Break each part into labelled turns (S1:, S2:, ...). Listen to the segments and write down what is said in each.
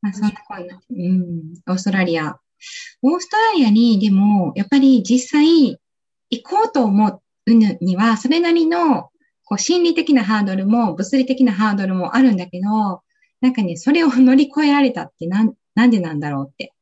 S1: あ、そんな声だ。うん。オーストラリア。オーストラリアに、でも、やっぱり実際、行こうと思うには、それなりの、こう、心理的なハードルも、物理的なハードルもあるんだけど、なんかね、それを乗り越えられたって、なん、なんでなんだろうって、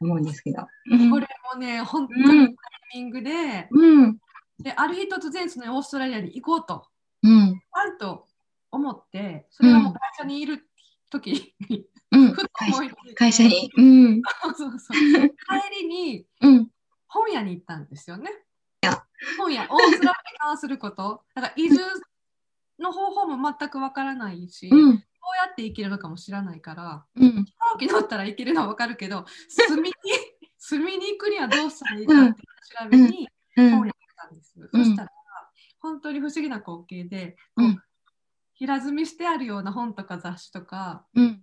S1: 思うんですけど。うん
S2: これもね、本当
S1: う
S2: にタ
S1: ん
S2: イミングで、
S1: うん。
S2: である日突然そのオーストラリアに行こうと、
S1: うん。
S2: あると思って、それはもう会社にいる時に、
S1: うん
S2: ふっ。と思いついて
S1: 会社。に。うん。
S2: そうそうそう帰りに
S1: うん。
S2: 本屋に行ったんですよね。本屋、オーストラリアに関すること、だから移住の方法も全くわからないし、どうや
S1: うん。
S2: って生きるのかも知らないから、
S1: うん。
S2: 飛行機乗ったら行けるのはわかるけど、住みに住みに行くにはどうしたらいいかっていうのを調べに
S1: う
S2: 本屋
S1: ん。
S2: に行ったんです。
S1: うん
S2: そしたら、本当に不思議な光景で、
S1: う
S2: こ
S1: ん
S2: う平積みしてあるような本とか雑誌とか、
S1: うん。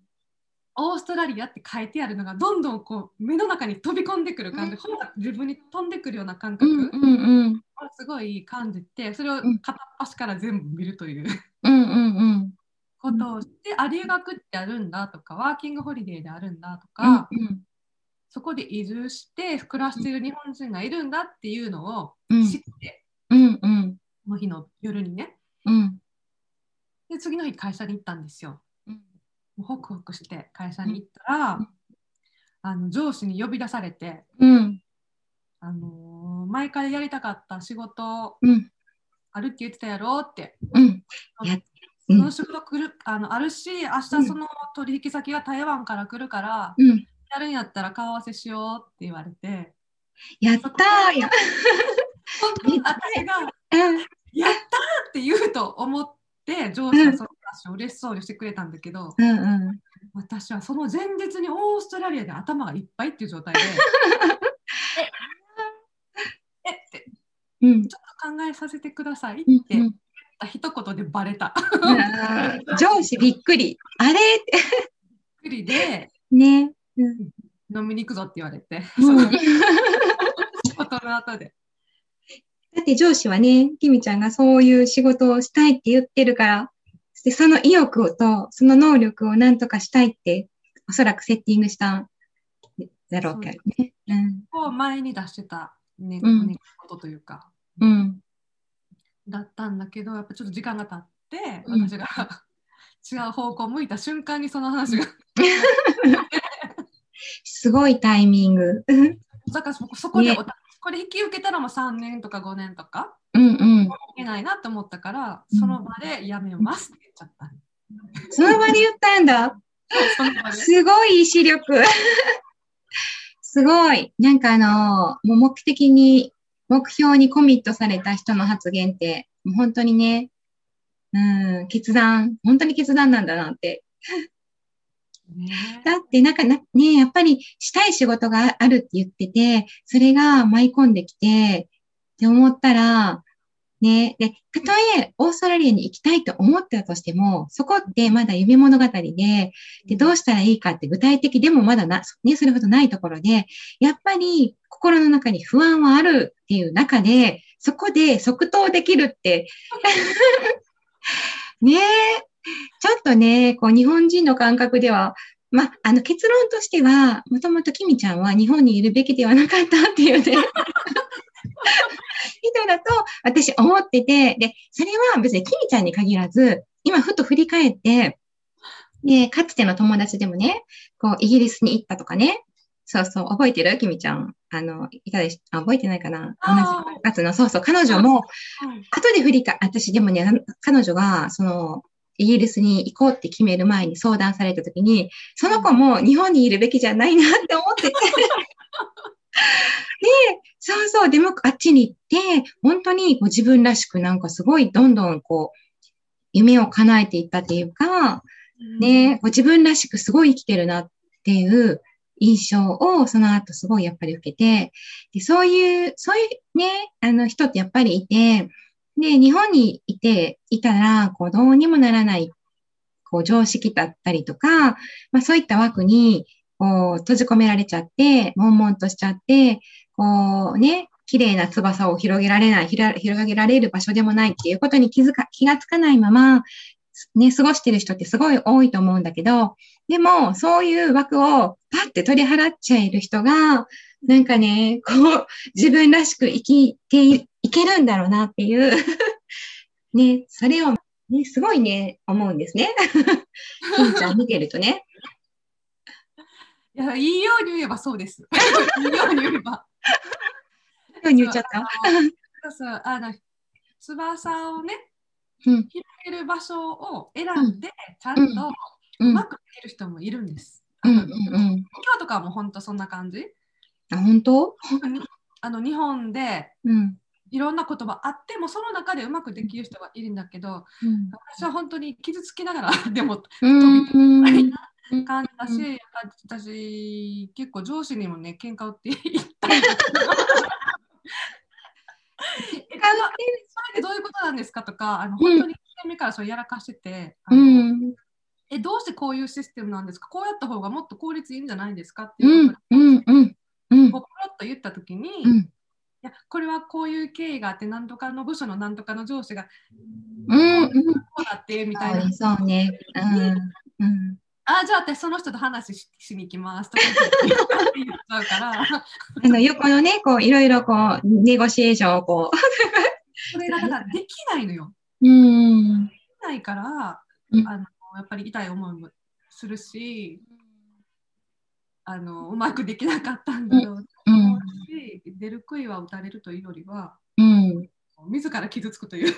S2: オーストラリアって書いてあるのがどんどんこう目の中に飛び込んでくる感じ、
S1: うん
S2: 本が自分に飛んでくるような感
S1: う
S2: 覚
S1: ん。うん。
S2: をすごい感じてそれを
S1: うん
S2: 片っ端から全部見るという
S1: うん。うん。
S2: ことをして、あ留学ってあるんだとかワーキングホリデーであるんだとか、
S1: うん。
S2: そこで移住して暮らしている日本人がいるんだっていうのを
S1: うん。
S2: 知って、
S1: うん。うん。
S2: この日の夜にね
S1: うん。
S2: で次の日会社に行ったんですよ。
S1: うん。
S2: もうホクホクして会社に行ったら、
S1: うん
S2: あの上司に呼び出されて。
S1: うん。
S2: あのー毎回やりたかった仕事
S1: うん。
S2: あるって言ってたやろって、
S1: うん。やう
S2: そ
S1: ん
S2: の仕事来るあのあるし、明日その取引先が台湾から来るから、
S1: うん。
S2: やるんやったら顔合わせしようって言われて、
S1: やったーや。
S2: 本当に私が
S1: うん。
S2: やったーって言うと思って、上司がその話を嬉しそうにしてくれたんだけど、
S1: うん。うん。
S2: 私はその前日にオーストラリアで頭がいっぱいっていう状態で、ええって
S1: うん。
S2: ちょっと考えさせてくださいって
S1: う
S2: 言っ
S1: ん。
S2: た一言でバレた。
S1: 上司びっくり。あれって。
S2: びっくりで
S1: ね。
S2: 飲みに行くぞって言われて、その
S1: だ
S2: 仕事の後で。
S1: って上司はね、きみちゃんがそういう仕事をしたいって言ってるから、でその意欲とその能力をなんとかしたいって、おそらくセッティングしたんだろうけどね。うん。
S2: こう前に出してた、ね
S1: うん
S2: ねことというか、
S1: うん。
S2: だったんだけど、やっぱちょっと時間が経って、
S1: うん
S2: 私が 違う方向を向いた瞬間にその話が、
S1: すごいタイミング。
S2: だからそこそこで
S1: ね
S2: お互い、これ引き受けたらもう3年とか5年とか、
S1: うんうん。
S2: いけないなと思ったから、
S1: うん
S2: その場でやめますって言っち ゃった。
S1: その場で言ったんだ。
S2: その場で。
S1: すごい意志力。 すごい。なんかあのーもう目的に、目標にコミットされた人の発言って、もう本当にね、うん、決断、本当に決断なんだなって。
S2: ね
S1: だって、なんかな、ね、やっぱりしたい仕事があるって言ってて、それが舞い込んできて、って思ったら、ね、で、たとえオーストラリアに行きたいと思ったとしても、そこってまだ夢物語で、で、どうしたらいいかって具体的でもまだな、ね、それほどないところで、やっぱり心の中に不安はあるっていう中で、そこで即答できるって、ねえ、ちょっとね、こう日本人の感覚では、まあ、あの結論としては、もともとキミちゃんは日本にいるべきではなかったっていうね。 人だと私思ってて、で、それは別にキミちゃんに限らず、今ふと振り返って、で、かつての友達でもね、こう、イギリスに行ったとかね、そうそう、覚えてるキミちゃん。あの、いたでしあ覚えてないかな同じ
S2: あー
S1: 部活の、そうそう、彼女も、
S2: うん
S1: 後で振り返、私でもね、あの彼女が、その、イギリスに行こうって決める前に相談された時に、その子も日本にいるべきじゃないなって思ってて。で、そうそう、でもあっちに行って、本当にこう自分らしくなんかすごいどんどんこう、夢を叶えていったっていうか、ね、こう自分らしくすごい生きてるなっていう印象をその後すごいやっぱり受けて、でそういう、そういうね、あの人ってやっぱりいて、で、日本にいて、いたら、こう、どうにもならない、こう、常識だったりとか、まあそういった枠に、こう、閉じ込められちゃって、悶々としちゃって、こうね、綺麗な翼を広げられない、ひら広げられる場所でもないっていうことに気づか、気がつかないまま、ね、過ごしてる人ってすごい多いと思うんだけど、でも、そういう枠をパッて取り払っちゃえる人が、なんかね、こう、自分らしく生きていけるんだろうなっていう ね、それを、ね、すごいね、思うんですね。金ちゃん見てるとね。
S2: いや、いいように言えばそうです。いいように言えば。
S1: 今日言っちゃった。
S2: そうそうあの翼をね、
S1: うん
S2: 広げる場所を選んで、ちゃんと
S1: うんう、
S2: うん
S1: う
S2: ま
S1: ん、
S2: くできる人もいるんです。
S1: うん、
S2: あの今
S1: うん。
S2: 日とかはもう本当そんな感じ。
S1: あ、本当
S2: あの日本で
S1: うん。
S2: いろんな言葉あってもその中でうまくできる人がいるんだけど
S1: うん
S2: 私は本当に傷つきながらでも
S1: うん。うん。
S2: 感じだし、
S1: う
S2: やっぱ私結構上司にもね喧嘩売って言ったりと かえそれってどういうことなんですかとかあの本当に1年目からそれやらかしてて、あ
S1: う
S2: の
S1: ん。
S2: えどうしてこういうシステムなんですかこうやった方がもっと効率いいんじゃないですかって
S1: う
S2: いうこ
S1: ん。うん。うん。うん
S2: とをポロッと言った時に、
S1: う
S2: い
S1: ん。
S2: やこれはこういう経緯があって何とかの部署の何とかの上司が
S1: うん。うん。
S2: こうだってみたい
S1: そう
S2: な
S1: ね、そうね。うん。うん。
S2: あじゃあ私その人と話ししに行きますとか言って言っちゃう から、
S1: あの、横のね、こう、いろいろこう、ネゴシエーションをこ
S2: それがだからできないのよ。
S1: う。うん。
S2: できないから、
S1: うん
S2: あのやっぱり痛い思いもするし、あのうまくできなかったんだろう
S1: うん。
S2: し、出る杭は打たれるというよりは、
S1: うん。
S2: 自ら傷つくという。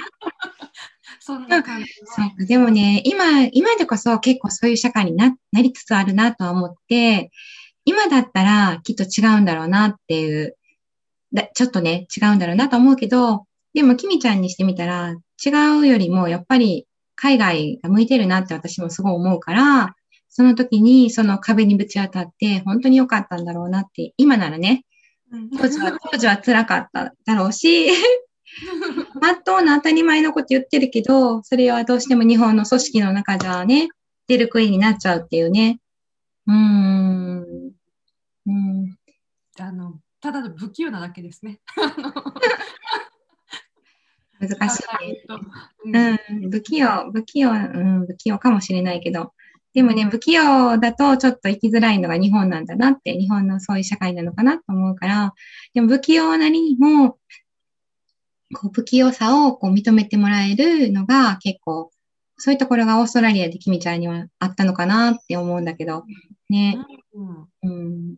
S2: そんな感じ
S1: そ
S2: は
S1: うか。でもね、今、今でこそ結構そういう社会にななりつつあるなとは思って、今だったらきっと違うんだろうなっていう、だちょっとね、違うんだろうなと思うけど、でも、きみちゃんにしてみたら、違うよりも、やっぱり、海外が向いてるなって私もすごい思うから、その時に、その壁にぶち当たって、本当に良かったんだろうなって、今ならね、
S2: うん
S1: 当時は、当時は辛かっただろうし、まっとうな当たり前のこと言ってるけど、それはどうしても日本の組織の中じゃね、出る杭になっちゃうっていうね。うーん。うん、
S2: あのただの不器用なだけですね。
S1: 難しい、ね。
S2: い
S1: うん、不器用、不器用、うん、不器用かもしれないけど。でもね、不器用だとちょっと生きづらいのが日本なんだなって、日本のそういう社会なのかなと思うから、でも不器用なりにも、こう不器用さをこう認めてもらえるのが結構、そういうところがオーストラリアでキミちゃんにはあったのかなって思うんだけど、ね、
S2: うん
S1: うん、